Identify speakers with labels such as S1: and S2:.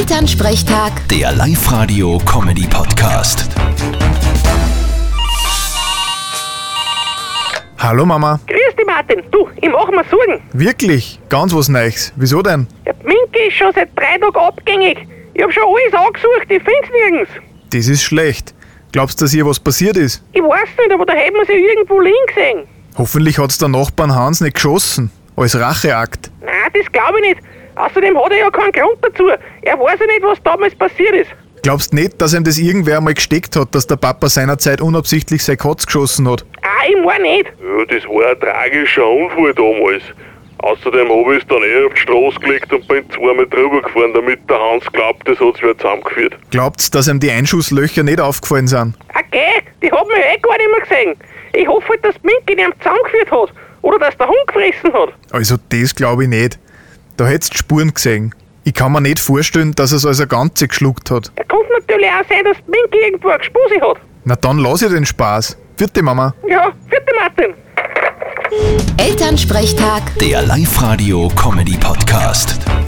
S1: Elternsprechtag,
S2: Der Live-Radio-Comedy-Podcast.
S3: Hallo Mama,
S4: Grüß dich, Martin. Du, ich mach mir Sorgen.
S3: wirklich, ganz was Neues. Wieso denn?
S4: Der Minke ist schon seit drei Tagen abgängig. Ich hab schon alles angesucht, ich find's nirgends.
S3: Das ist schlecht. Glaubst du, dass hier was passiert ist?
S4: Ich weiß nicht, aber da hätten wir sie irgendwo liegen gesehen.
S3: Hoffentlich hat's der Nachbarn Hans nicht geschossen. Als Racheakt.
S4: Nein, das glaube ich nicht. Außerdem hat er ja keinen Grund dazu. Er weiß ja nicht, was damals passiert ist.
S3: Glaubst nicht, dass ihm das irgendwer einmal gesteckt hat, dass der Papa seinerzeit unabsichtlich sein Katz geschossen hat?
S4: Ah, ich mein nicht.
S5: Ja, das war ein tragischer Unfall damals. Außerdem habe ich es dann eh auf die Straße gelegt und bin zweimal drüber gefahren, damit der Hans glaubt, das hat sich wer zusammengeführt.
S3: Glaubt's, dass ihm die Einschusslöcher nicht aufgefallen sind?
S4: Okay, die haben mich eh gar nicht mehr gesehen. Ich hoffe halt, dass der Minke ihn zusammengeführt hat. Oder dass der Hund gefressen hat.
S3: Also das glaube ich nicht. Da hättest Spuren gesehen. Ich kann mir nicht vorstellen, dass er's als ein Ganze geschluckt hat.
S4: Er konnte natürlich auch sein, dass der Minke irgendwo eine Gespuse hat.
S3: Na dann lass ich den Spaß. Vierte Mama.
S4: Ja, vierte Martin.
S1: Elternsprechtag.
S2: Der Live-Radio-Comedy-Podcast.